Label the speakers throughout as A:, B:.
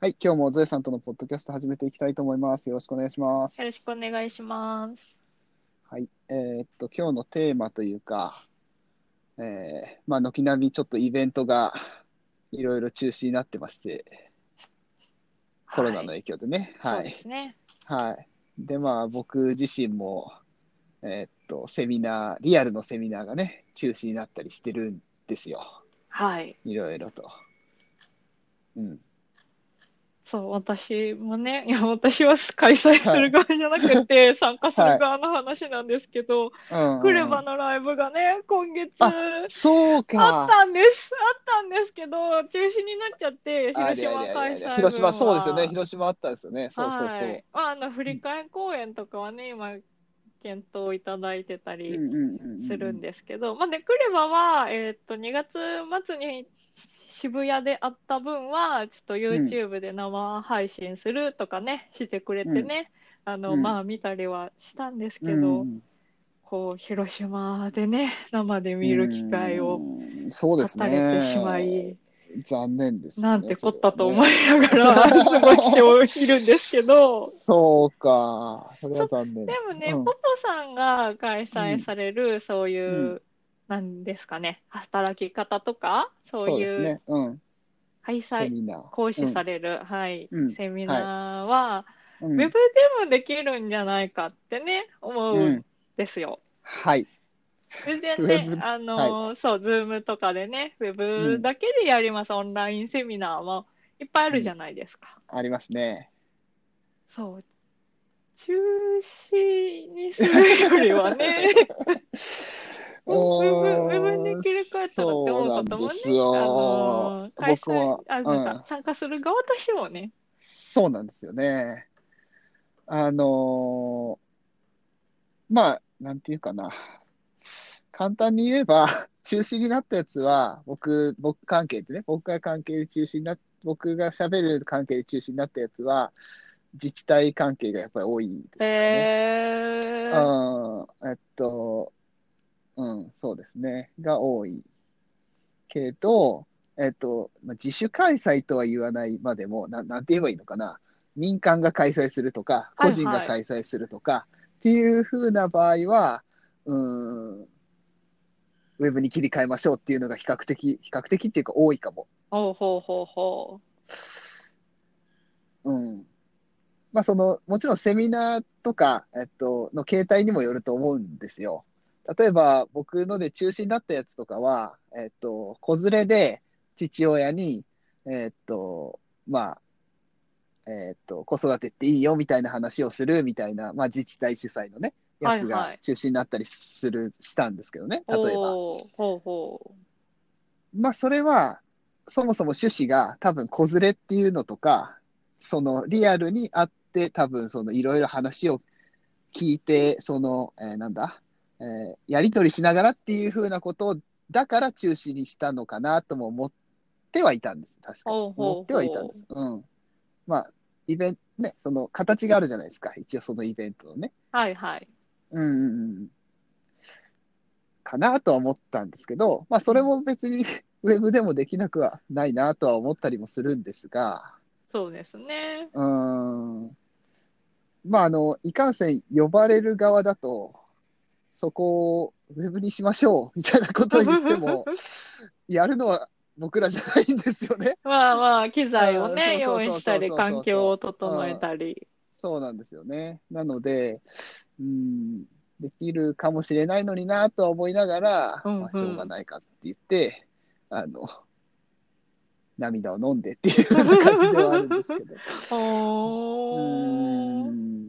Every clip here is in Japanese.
A: はい、今日もゾエさんとのポッドキャスト始めていきたいと思います。よろしくお願いします。
B: よろしくお願いします。
A: はい、えーっと、今日のテーマというか、えー、まあ、軒並みちょっとイベントがいろいろ中止になってまして、コロナの
B: は
A: 影
B: い
A: 響でね。は
B: そうで
A: い。
B: すね。
A: はい。で、まあ、僕自身も、えーっと、セミナー、リアルのセミナーがね、中止になったりしてるんですよ。
B: はい。
A: いろいろと。うん。
B: そう、私もね、いや、私は開催する側じゃなくて、参加する側の話なんですけど、
A: うん、
B: クレバのライブがね、今月
A: あそう
B: あ
A: か
B: っ。たんです。あったんですけど、中止になっちゃって、
A: あ
B: 広島
A: れあれあれ
B: 開
A: あ
B: 催
A: れ
B: 分は
A: 広島、そうですよね。広島あったですよね。そうそうそう。
B: はい。まあ、あの、振り替え公演とかはね、今、検討いただいてたり、するん
A: で。
B: ですけど、まあ、でクレバは、えーっと2月末に渋谷であった分はちょっと YouTube で生配信するとかね、してくれてね、あの
A: うん
B: まあ見たりはしたんですけ
A: う
B: ど、
A: ん
B: こう広島でね生で見る機会を
A: うんそうで
B: 断
A: す
B: たれて
A: ね。
B: しまい、
A: 残念ですね。
B: なんてこったと思
A: い
B: いながら
A: そう
B: 過ごしているんですけど。
A: そうか。それは残念。
B: でもね、
A: うん
B: ポポさんが開催される、そういう、
A: うん
B: なんですかね、働き方とか、そう
A: です
B: いう
A: ね。うん。
B: 開
A: セ
B: 催、
A: ミナー。
B: 講師される、はい
A: うん、
B: セミナーは、
A: うん
B: ウ
A: う
B: ェブ
A: ん
B: でもできるんじゃないかってね、思う
A: うんん
B: ですよ。
A: はい。
B: 全然
A: ウェ
B: ね
A: ブ、
B: あのーそう、ズームとかでね、ウェブだけでやります、オンラインセミナーもいっぱいあるじゃないですか。
A: ありますね。
B: そう。中止にするよりはね、ウェブウェブに切り替えたらって思うことも
A: そうなん
B: ね、
A: ですよ。
B: あのー開
A: 僕は
B: 催、あ
A: うん
B: なんか参加する側としてもね、
A: そうなんですよね。あのーまあ、なんていうかな。簡単に言えば、 中止になったやつは、僕、僕関係でね、僕が関係で中止になっ、僕が喋る関係で中止になったやつは、自治体関係がやっぱり多いですかね。
B: えー、
A: うん、えっと、うん、そうですね、が多いけど、えっと、まあ自主開催とは言わないまでも、ななんて言えばいいのかな、民間が開催するとか、
B: はいは
A: 個
B: い
A: 人が開催するとか、っていう風な場合は、うーん、ウェブに切り替えましょうっていうのが比較的、比較的っていうか多いかも。
B: ほうほうほうほ
A: うん。まあ、その、もちろんセミナーとか、えっと、の形態にもよると思うんですよ。例えば、僕ので中止になったやつとかは、えっと、子連れで父親に、えっと、まあ、えっと、子育てっていいよみたいな話をするみたいな、まあ、自治体主催のね、やつ
B: はいは
A: が
B: い
A: 中止になったりする、したんですけどね、
B: う。
A: 例えば。
B: おーほうほ
A: まあ、それは、そもそも趣旨が多分、子連れっていうのとか、そのリアルにあって、多分、そのいろいろ話を聞いて、その、えーなんだ、えーやり取りしながらっていうふうなことを、だから中止にしたのかなとも思ってはいたんです。確かに。
B: ほうほうほう
A: 思ってはいたんです。うん。まあ、イベント、ね、その形があるじゃないですか。一応そのイベントのね。
B: う。はいはい。
A: うんうんうんかなとは思ったんですけど、まあ、それも別に ウェブでもできなくはないなとは思ったりもするんですが、
B: そうですね。
A: うーん、まあ、あの、いかんせん呼ばれる側だと、そこをウェブにしましょうみたいなことを言っても、やるのは僕らじゃないんですよね。
B: まあまあ、機材を
A: うん
B: ね、
A: そうそうそう
B: 用
A: そう
B: 意したり、環境を整えたり。
A: そうなんですよね。なので、うん、できるかもしれないのになとは思いながら、
B: うんうん
A: まあ、しょうがないかって言って、あの、涙を飲んでっていうような感じではあるんですけど。う
B: お
A: ー
B: ー
A: ん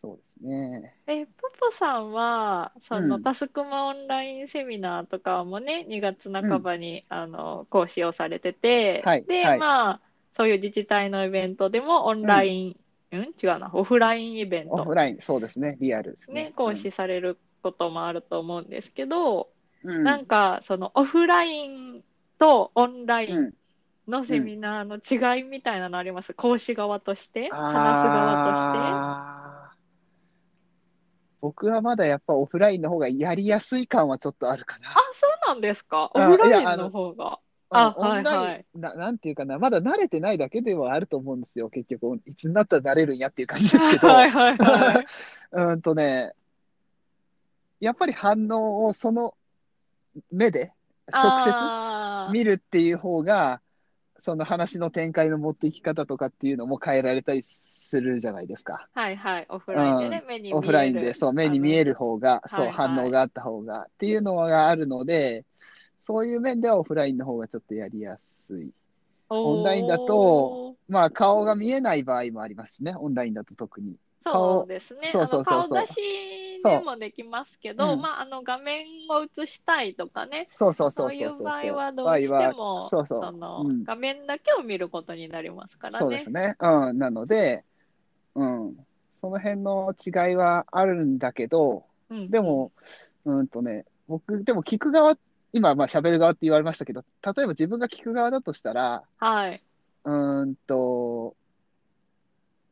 A: そうですね。
B: え、ポポさんは、その、
A: うん
B: タスクマオンラインセミナーとかもね、2月半ばに、あの、講師をされてて、
A: はい
B: で、
A: はい
B: まあ、そういう自治体のイベントでもオンライン、うん、違うな、オフラインイベン
A: オ
B: ト
A: フライン、そうですね。リアルですね。
B: ね、講師されることもあると思うんですけど、
A: うん、うん
B: なんかそのオフラインとオンライ
A: う
B: ン
A: ん
B: のセミナーの違いみたいなのあります、講師側として、話す側として。
A: あー僕はまだやっぱオフラインの方がやりやすい感はちょっとあるかな
B: あ。、そうなんですか。オ
A: あ
B: フラ
A: い
B: イ
A: やあ
B: ン
A: の
B: の方が。
A: うん
B: あ
A: オンライン
B: はいはい
A: な、なんていうかな、まだ慣れてないだけではあると思うんですよ、結局。いつになったら慣れるんやっていう感じですけど。
B: は いはいはい。
A: うんとね、やっぱり反応をその目で直接
B: あー
A: 見るっていう方が、その話の展開の持っていき方とかっていうのも変えられたりするじゃないですか。
B: はいはい。オフラインでね、目に見える。
A: オフラインで、そう、目に見える方が、そう、
B: はいはい
A: 反応があった方がっていうのがあるので、そういう面ではオフラインの方がちょっとやりやすい。
B: あの。
A: オンラインだとまあ、顔が見えない場合もありますしね、オンラインだと特に。
B: おー、そうですね。
A: そうそうそうそう
B: あの顔出しでもできますけ
A: そう
B: ど、
A: うん
B: まあ、あの、画面を映したいとかね。
A: そうそうそ
B: そううい
A: そう
B: う
A: そう
B: 場
A: そう。
B: 合はどうして
A: 場合
B: も、
A: そうそう。
B: の、
A: うん
B: 画面だけを見ることになりますからね。
A: そうですね。うん。なので、うん。その辺の違いはあるんだけど、
B: うん
A: でも、うんとね、僕、でも聞く側、今、まあ喋る側って言われましたけど、例えば自分が聞く側だとしたら、
B: はい。
A: うーんと、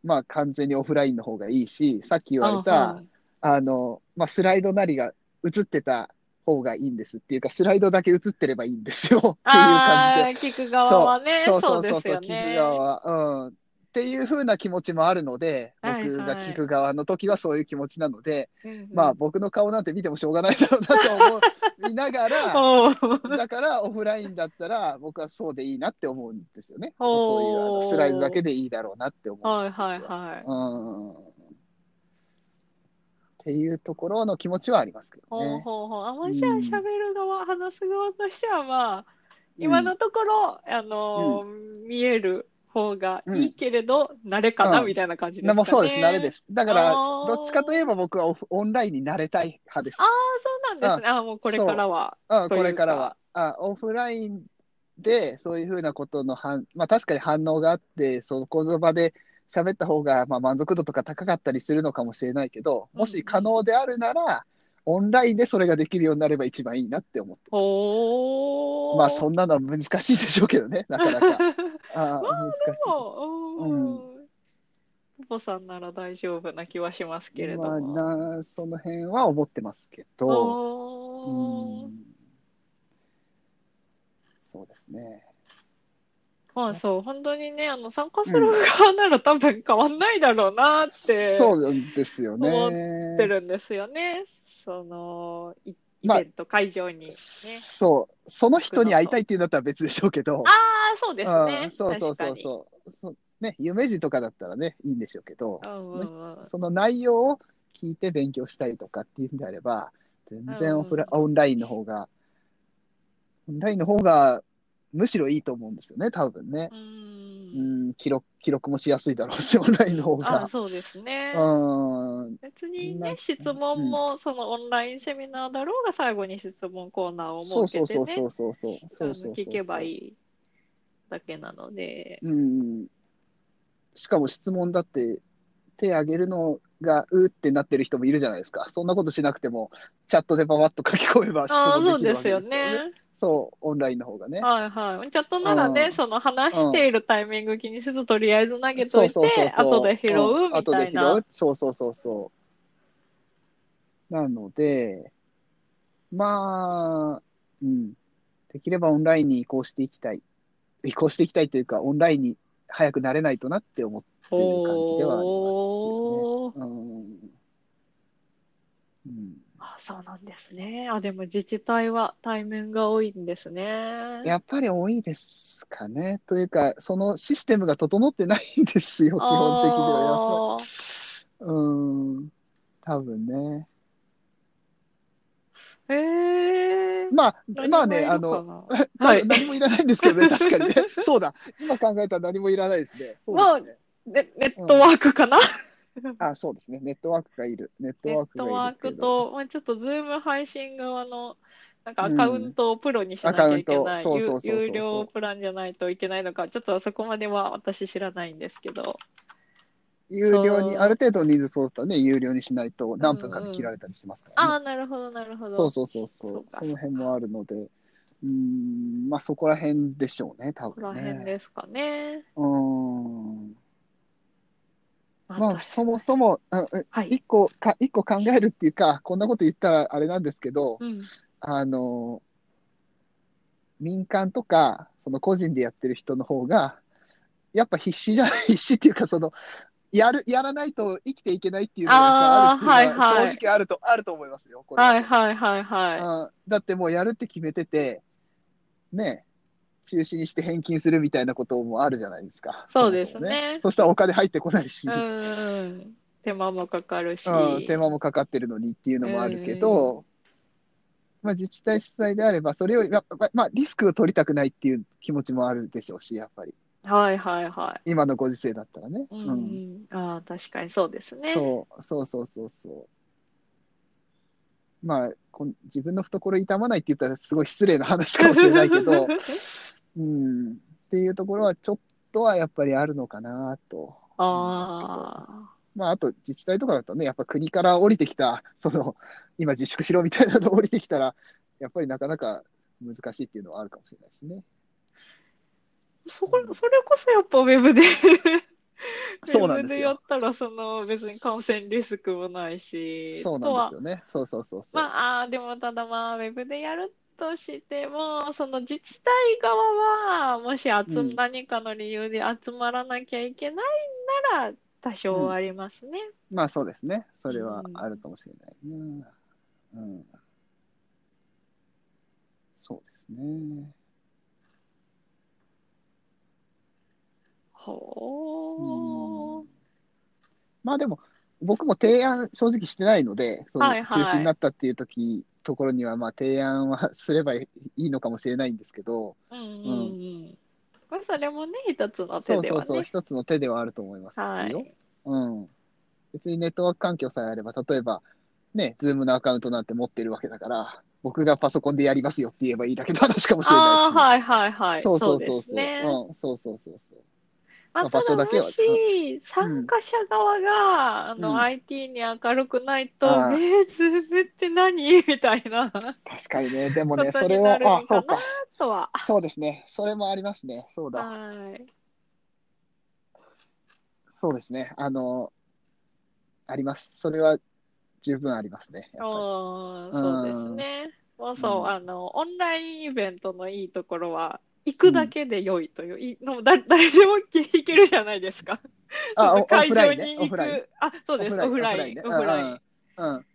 A: まあ完全にオフラインの方がいいし、さっき言われ
B: あ
A: た、
B: はい
A: あの、まあスライドなりが映ってた方がいいんですっていうか、スライドだけ映ってればいいん ですよっていう感じで
B: あー、聞く側はね、
A: そう
B: そ
A: そうう
B: で
A: そう
B: す
A: そう、聞
B: よ
A: く
B: ね。
A: 側は、うん。っていう風な気持ちもあるので、僕
B: はいはい
A: が聞く側の時はそういう気持ちなので、
B: うんうん
A: まあ僕の顔なんて見てもしょうがないだろうなと思う 見ながら、
B: おー
A: だからオフラインだったら僕はそうでいいなって思うんですよね。
B: お
A: そう
B: ー
A: いうあのスライドだけでいいだろうなって思う。
B: はいはいはい。
A: うん。っていうところの気持ちはありますけど
B: ほう
A: ね。
B: ほうほう。あ、まあじゃあ
A: うん
B: 喋る側、話す側としてはまあ、今のところ、あのー、見える方がいいけれど、慣れかな
A: うん
B: みたいな感じ
A: う
B: で
A: ん
B: す
A: な
B: かね。。
A: もうそうです、慣れですす。だから、
B: あー
A: どっちかといえば僕はオフオンラインに慣れたい派です
B: あ。あ、そうなんですね。あもうこれからは。
A: あ
B: というか
A: これからはあ。オフラインでそういうふうなことの反、まあ、確かに反応があって、そこの場で喋った方がまあ満足度とか高かったりするのかもしれないけど、もし可能であるなら、オンラインでそれができるようになれば一番いいなって思ってます。
B: おお。
A: まあ、そんなのは難しいでしょうけどね、なかなか。あー
B: ま
A: 難しい。
B: そう、
A: う
B: うん。ポポさんなら大丈夫な気はしますけれど
A: まあ
B: も。
A: な、その辺は思ってますけど。う
B: おー
A: んそうですね。
B: まあそう、本当にね、あの、参加する側なら多分変わんないだろうなって
A: そ
B: 思
A: うですよね。
B: 思ってるんですよね。その、イイ
A: まあ
B: ベント会場にね。
A: そう、その人に会いたいっていうんだったら別でしょうけど、
B: ああ、そうです
A: うん
B: ね。
A: そうそうそう
B: 確かに。
A: そうそう、ね、夢二とかだったらね、いいんでしょうけど
B: う、んうんうん。
A: その内容を聞いて勉強したいとかっていうんであれば、全然オフラ、
B: う
A: オンラインの方が、オンラインの方がむしろいいと思うんですよね、多分ね。
B: う。
A: うんん、記録、記録もしやすいだろうし、オンラインの方
B: ああ、
A: が。
B: そうですね。
A: うん、
B: 別に
A: なん
B: ね、
A: か
B: 質問も、そのオンラインセミナーだろうが最後に質問コーナー
A: そ
B: を
A: う
B: 設
A: そう
B: け
A: そう
B: て
A: そうそ
B: ね、
A: うそう、
B: あ
A: そ
B: の
A: うそうそうそう
B: 聞けばいいだけなので、
A: うん。しかも質問だって手挙げるのがうーってなってる人もいるじゃないですか。そんなことしなくてもチャットでパパッと書き込めば質
B: ああ、そ
A: 問でき
B: う
A: る
B: で
A: わ
B: す
A: けで
B: よ
A: すからね。
B: ね。
A: そう、オンラインの方がね。
B: はいはい。チャットなら
A: う
B: ね、
A: ん
B: その話しているタイミング気にせず、とりあえず投げ
A: そ
B: と
A: う
B: い
A: そうそう
B: て、
A: そう。
B: 後で拾う
A: うん
B: みたい
A: 後で拾
B: な
A: う。。そうそうそうそう。なので、まあ、うん。できればオンラインに移行していきたい。移行していきたいというか、オンラインに早くなれないとなって思って
B: お
A: っていう感じではあります
B: おー。
A: うん。うん
B: あ、そうなんですね。あ、でも自治体は対面が多いんですね。
A: やっぱり多いですかね。というか、そのシステムが整ってないんですよ、基本的には。
B: あー
A: やっぱり。うん。多分ね。
B: へえー。
A: まあ、
B: 何
A: まあ
B: がい
A: ね、
B: る
A: あ
B: か
A: の、
B: な
A: 多
B: は
A: 分
B: い。
A: 何もいら ないんですけど ね、確かにね。そうだ。今考えたら何もいらないですね。そうですね。
B: ねネットワークかな、
A: あ、そうですね。ネットワークがいる。ネット
B: ネ
A: ワー
B: ッ
A: クが
B: ト
A: いる
B: ワー
A: け
B: ク
A: ど。
B: と、まあ、ちょっとズーム配信側の、なんかアカウントをプロにしなき
A: アカ
B: ゃ
A: ウン
B: いけ
A: ト
B: ない、
A: そう
B: 有
A: そうそうそうそう
B: 有料プランじゃないといけないのか、ちょっとそこまでは私知らないんですけど。
A: 有料に、ある程度人数そうだったらね、有料にしないと何分かで切られたりしますからね
B: あ。あ、なるほど、なるほど。
A: そうそうそうそう。
B: そ
A: そう
B: か
A: の辺もあるので、うーん、まあそこら辺でしょうね、多
B: ここ
A: 分
B: ら辺
A: ね。
B: ですかね。
A: うーん。
B: ま
A: まあそもそも、あえ
B: はい。
A: 一個か、一個考えるっていうか、こんなこと言ったらあれなんですけど、
B: うん。
A: あの、民間とか、その個人でやってる人の方が、やっぱ必死じゃ、必死っていう か、その、やる、やらないと生きていけないっていうのがやっぱあるっていうの
B: あーはいはい
A: 正直あると、あると思いますよ、これは
B: はいはいはいは
A: あーだってもうやるって決めてて、ねえ、中止にして返金するみたいなこともあるじゃないですか。
B: そうですね
A: ももそしたらお金入ってこないし、
B: い。うん。手間もかかるし。
A: うん手間もかかってるのにっていうのもあるけど、まあ、自治体主催であれば、それより、やっぱまあ、リスクを取りたくないっていう気持ちもあるでしょうし、やっぱり、
B: はいはいは
A: 今のご時世だったらね。
B: い。うんうん。ああ、確かにそうですね。
A: そうそうそうそうそう。まあこん、自分の懐痛まないって言ったらすごい失礼な話かもしれないけ ど、うん、っていうところはちょっとはやっぱりあるのかなと。
B: ああ。
A: まあ、あと自治体とかだとね、やっぱ国から降りてきた、その、今自粛しろみたいなの降りてきたら、やっぱりなかなか難しいっていうのはあるかもしれないしね。
B: そこ、それこそやっぱウェブで
A: そうなんですよ
B: ウェブでやったら、その別に感染リスクもないし、
A: そうなんですよね。そうそうそうそう。
B: まあ、あーでもただまあ、ウェブでやるとしても、その自治体側は、もし集
A: うん
B: 何かの理由で集まらなきゃいけないなら、多少ありますね。
A: まあそうですね。それはあるかもしれないね。うん。そうですね。
B: ほ
A: う。
B: うん
A: まあでも、僕も提案正直してないので、その
B: はいはい
A: 中止になったっていう時、ところには、まあ提案はすればいいのかもしれないんですけど、
B: うんうんうん。まあ、それもね、一つの手
A: そう
B: で
A: そう
B: は
A: そう、
B: ね。
A: 一つの手ではあると思いますよ。
B: はい。
A: うん。別にネットワーク環境さえあれば、例えば、ね、ズームのアカウントなんて持ってるわけだから、僕がパソコンでやりますよって言えばいいだけの話かもしれない
B: あ
A: し。
B: あ、はいはいはい。
A: そうそう
B: で
A: そう
B: す
A: そう。
B: ね。
A: うん、そうそうそうそう。ま
B: ま
A: あ
B: あ、
A: 場所
B: ただ
A: だけは
B: もし参加者側が、あ
A: うん
B: の IT に明るくない
A: あ
B: と、
A: あ
B: ねえ、ズームって何みたいな
A: 確かにね、でも
B: こ
A: ね、そ
B: と
A: れ
B: に
A: は
B: なる、の
A: あ、そう
B: かなとは。
A: か、そうですね、それもありますね、そうだ、
B: はい。
A: そうですね、あの、あります、それは十分ありますね、やっぱ
B: おーそうですね。もうそうう、
A: ん
B: あの、オンラインイベントのいいところは、行くだけで良いという、いもうだ誰でも行けるじゃないですか。
A: り。あ、
B: ちょ
A: お
B: っ
A: オ
B: と会
A: フラ
B: 場
A: インね
B: に、
A: オ
B: 行
A: フライン。
B: く。あ、そうです、オフライン、
A: ね
B: オフライン。
A: うんうん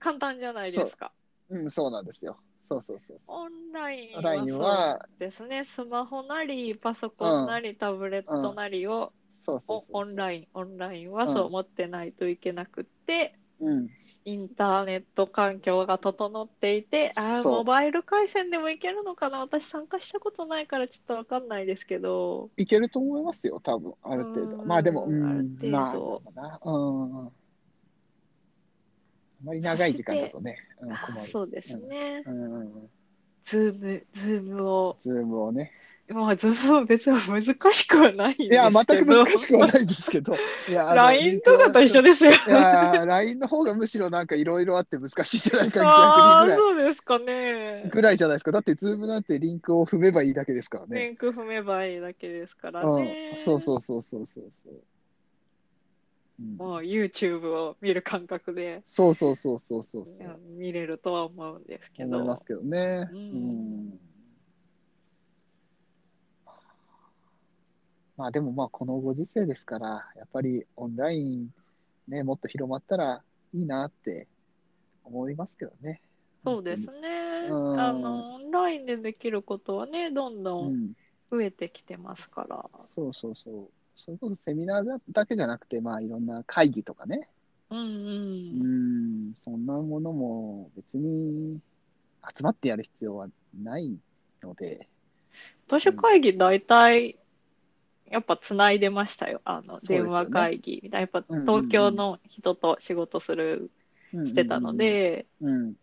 B: 簡単じゃないですか。
A: うん、うん、そうなんですよ。そうそうそうそう。
B: オンライン
A: オフライン
B: そう
A: は、
B: ですね、スマホなり、パソコンなり、タブレットなりを、
A: そうそう
B: お
A: そうそう。
B: オンライン、オンラインはそうう持ってないといけなくって、
A: うん、
B: インターネット環境が整っていて、ああ、
A: そう
B: モバイル回線でもいけるのかな、私参加したことないからちょっとわかんないですけど、
A: いけると思いますよ、多分ある程度。
B: うん
A: まあでも、うん、
B: ある程度
A: まあどうかな、うん。あまり長い時間だとね、うん、
B: あ
A: 困
B: ー
A: る。
B: そうですね、
A: うん、
B: ズーム、ズームを、
A: ズームをね。
B: まあ、ズームは別に難しくはないんですけ
A: い
B: ど、
A: や、全く難しくはないですけど。いや、あの
B: LINE とかと一緒
A: い
B: ですよ。
A: や、LINE の方がむしろなんかいろいろあって難しいじゃないか、
B: あ
A: 逆にぐら
B: あ、
A: い。
B: そうですかね。
A: ぐらいじゃないですか。だって、ズームなんてリンクを踏めばいいだけですから
B: リ
A: ね。
B: ンク踏めばいいだけですからね
A: う。ん。そうそうそうそうそうそう。うん
B: もう YouTube を見る感覚で
A: そうそうそうそうそうそう。
B: 見れるとは思うんですけど。
A: 思いますけどね。う
B: うん
A: ん。まあでもまあこのご時世ですから、やっぱりオンラインね、もっと広まったらいいなって思いますけどね。
B: そうですね。
A: うん
B: あの、オンラインでできることはね、どんど
A: うんん。
B: 増えてきてますから。
A: そうそうそう。それこそセミナーだだけじゃなくて、まあいろんな会議とかね。
B: うん
A: う
B: うん。
A: ん。そんなものも別に集まってやる必要はないので。
B: 私会議大体、やっぱつないでましたよ。あ
A: そ
B: の、
A: うですよね
B: 電話会議みたいな。やっぱ
A: うんうんうん
B: 東京の人と仕事する、してたので、
A: うん。うんうんうん。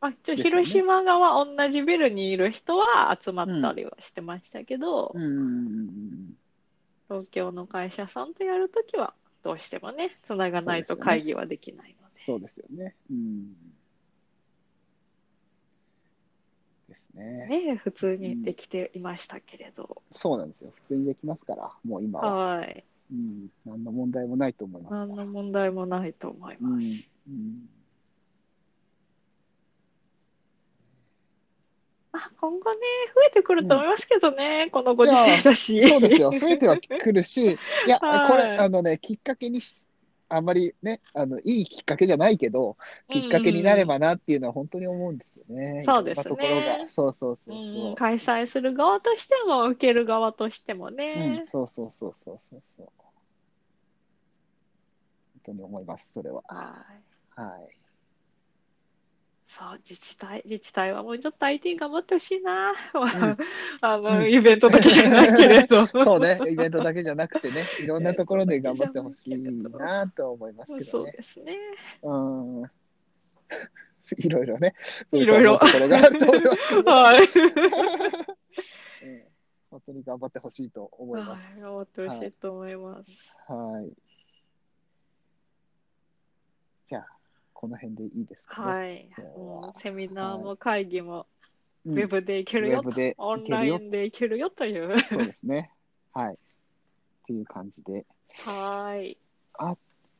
B: まあ、ち
A: ですよ
B: ょ
A: ね
B: 広島側同じビルにいる人は集まったりはしてましたけど、
A: うんうんうんうんうん。
B: 東京の会社さんとやるときはどうしてもねつながないと会議はできないので
A: そうですよね。うん。ですね。
B: ね普通にできていましたけれど、
A: そうなんですよ。普通にできますから、もう今は。
B: はい
A: うん。何の問題もないと思います
B: 何
A: から。
B: の問題もないと思い
A: うん。
B: ま
A: う
B: す、
A: ん。
B: ああ今後ね、増えてくると思いますけどね、このご時世だ し。
A: そうですよ。増えてはくる し、いや、
B: はい
A: これ、あのね、きっかけにし、あんまりね、あの、いいきっかけじゃないけど、きっかけになればなっていうのは本当に思うんですよね。
B: そうですね
A: いろんなところが。そうそう
B: う
A: そうそ
B: ん
A: う。
B: 開催する側としても、受ける側としても
A: うん、
B: ね。
A: そうそうそうそうそうそう。本当に思います、それは。
B: はい
A: はい。
B: そう、自治体、自治体はもうちょっと IT 頑張ってほしいな。 あ
A: う
B: の、
A: ん
B: イベントだけじゃないけれ ど。
A: そうね、イベントだけじゃなくてね、いろんなところで頑張ってほしいなとは思いますけ
B: そ
A: ど
B: う
A: ね。
B: ですね。
A: うん。 いろいろね、
B: いろいろ
A: そううところがあると思いますけど、
B: はい。
A: うん本当に頑張ってほしいと思います。
B: はい、頑張ってほしいと思います。
A: はい。じゃあ、この辺でいいですかね。
B: はい。
A: そう
B: もうセミナーも会議もウ
A: うん
B: ェブでいけるよ
A: ウェブでいけるよ
B: オンラインでいけるよという。
A: そうですね。はい。っていう感じで。
B: はい。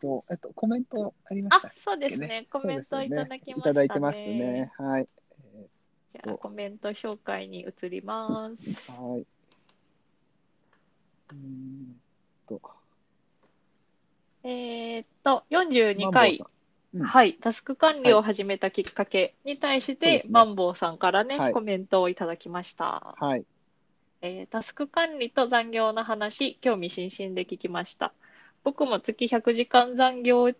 A: と、えっと、コメントありまし
B: あ
A: たっ、
B: そうです
A: けね
B: ね。コメントいただきましたね。
A: いただいてますね。はい。え
B: じゃあコメント紹介に移ります。
A: ーはい。うーんと、
B: えーっと、42
A: マンボウ
B: 回
A: さ。んうん
B: はい、タスク管理を始めたきっかけに対して、
A: はいそうですね
B: マンボウさんからね、
A: はい
B: コメントをいただきました、
A: はい。
B: えータスク管理と残業の話、興味津々で聞きました。僕も月100時間残業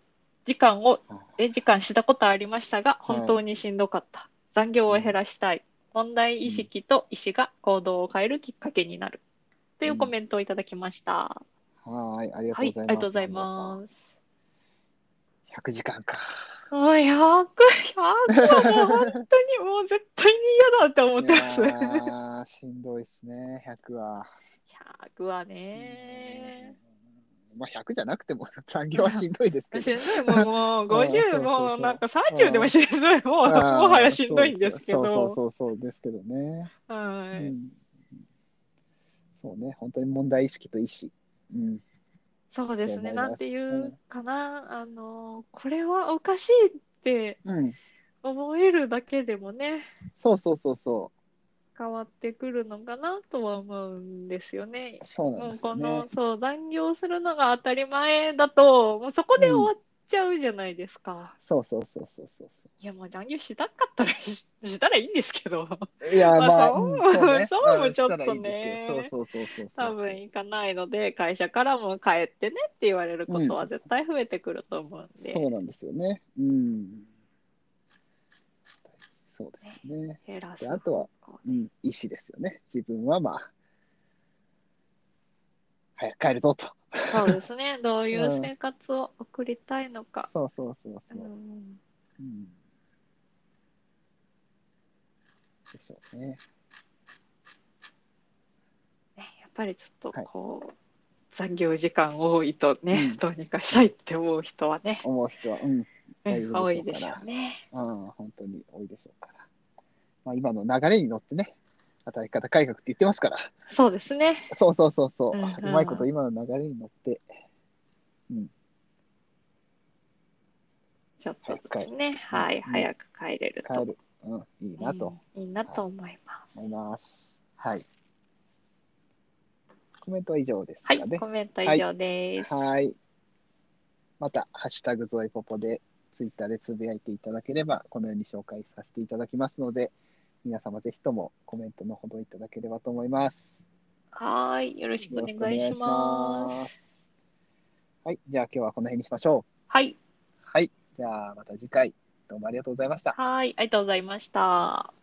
B: 時間を、え、時間したことありましたが、
A: い
B: 本当にしんどかった。残業を減らしたい。問題意識と意思が行動を変えるきっかけになる。というコメントをいただきました。
A: はい。ありがと
B: は
A: うご
B: い
A: ざい、ます。
B: ありがとうございます。
A: す。100時間か。
B: あ、100、100はもう本当にもう絶対に嫌だって思っ
A: い
B: てます。100
A: やーしんどいっすね、100は。
B: はね。
A: まあ、100じゃなくても 残業はしんどいですけ
B: し
A: ど。
B: んどい、もう、もう
A: そうそうそう
B: 50、もうなんか30でもしんどい、もう、も
A: あー
B: はやしんどいんですけど。
A: そうそうそうそうですけどね。う
B: はい。
A: ん、そうね、本当に問題意識と意思。うん
B: そうで
A: そ
B: す
A: う思
B: ね、
A: います
B: なんていうかな、あの、これはおかしいって
A: うん、
B: 思えるだけでもね、
A: そうそうそうそ
B: 変わってくるのかなとは思うんですよね
A: う、。そうなん
B: も
A: で
B: う
A: すよ
B: こ
A: ね
B: の。そう残業するのが当たり前だともうそこで
A: うん
B: 終わっちゃうじゃないですか、
A: そうそうそうそうそうそ
B: いやもう残業したかったらしたらいいんですけど
A: う。いや、
B: まあ
A: まあ、
B: そ
A: う
B: う
A: んそうね。
B: そうも
A: ん
B: ちょ
A: した
B: っと
A: らいいですけどそうそうそうそうそう。
B: 多分行かないので会社からも帰ってねって言われることは絶対増えてくると思うんで、
A: そうなんですよね。うん。そうですね。
B: 減らす
A: であとは
B: 方向
A: うん、意思ですよね。自分はまあ、早く帰るぞと。
B: そうですねどういうんう生活を送りたいのか、
A: そうそうそう
B: う
A: そう。
B: ん
A: うんでしょうね。
B: ね、やっぱりちょっと
A: はい
B: こう、残業時間多いとね、
A: うん
B: どうにかしたいって思う人はね、
A: 思う人は、うん、
B: うん
A: 大丈夫でしょうかな
B: 多いでしょうね。
A: ああ本当に多いでしょうから。まあ、今の流れに乗ってね、働き方改革って言ってますから。
B: そうですね。
A: そうそうそうそう。
B: うんうん
A: うまいこと今の流れに乗って、
B: ちょっとですね。はい、
A: うん
B: 早く帰れる
A: 帰
B: と
A: る。うん、いいなと
B: うんいいなと思いま
A: 思います。はい。コメントは以上です
B: す。は
A: か
B: い、
A: ね
B: コ。メント以上です。
A: はい。また、ハッシュタグゾイポポで、ツイッターでつぶやいていただければ、このように紹介させていただきますので、皆様ぜひともコメントのほどいただければと思います。
B: はーい、よろしくお願い
A: よろしく
B: します。
A: お願いします。はい。じゃあ今日はこの辺にしましょ
B: はい、
A: う。はい。じゃあまた次回、どうもありがとうございました。
B: はい、ありがとうございました。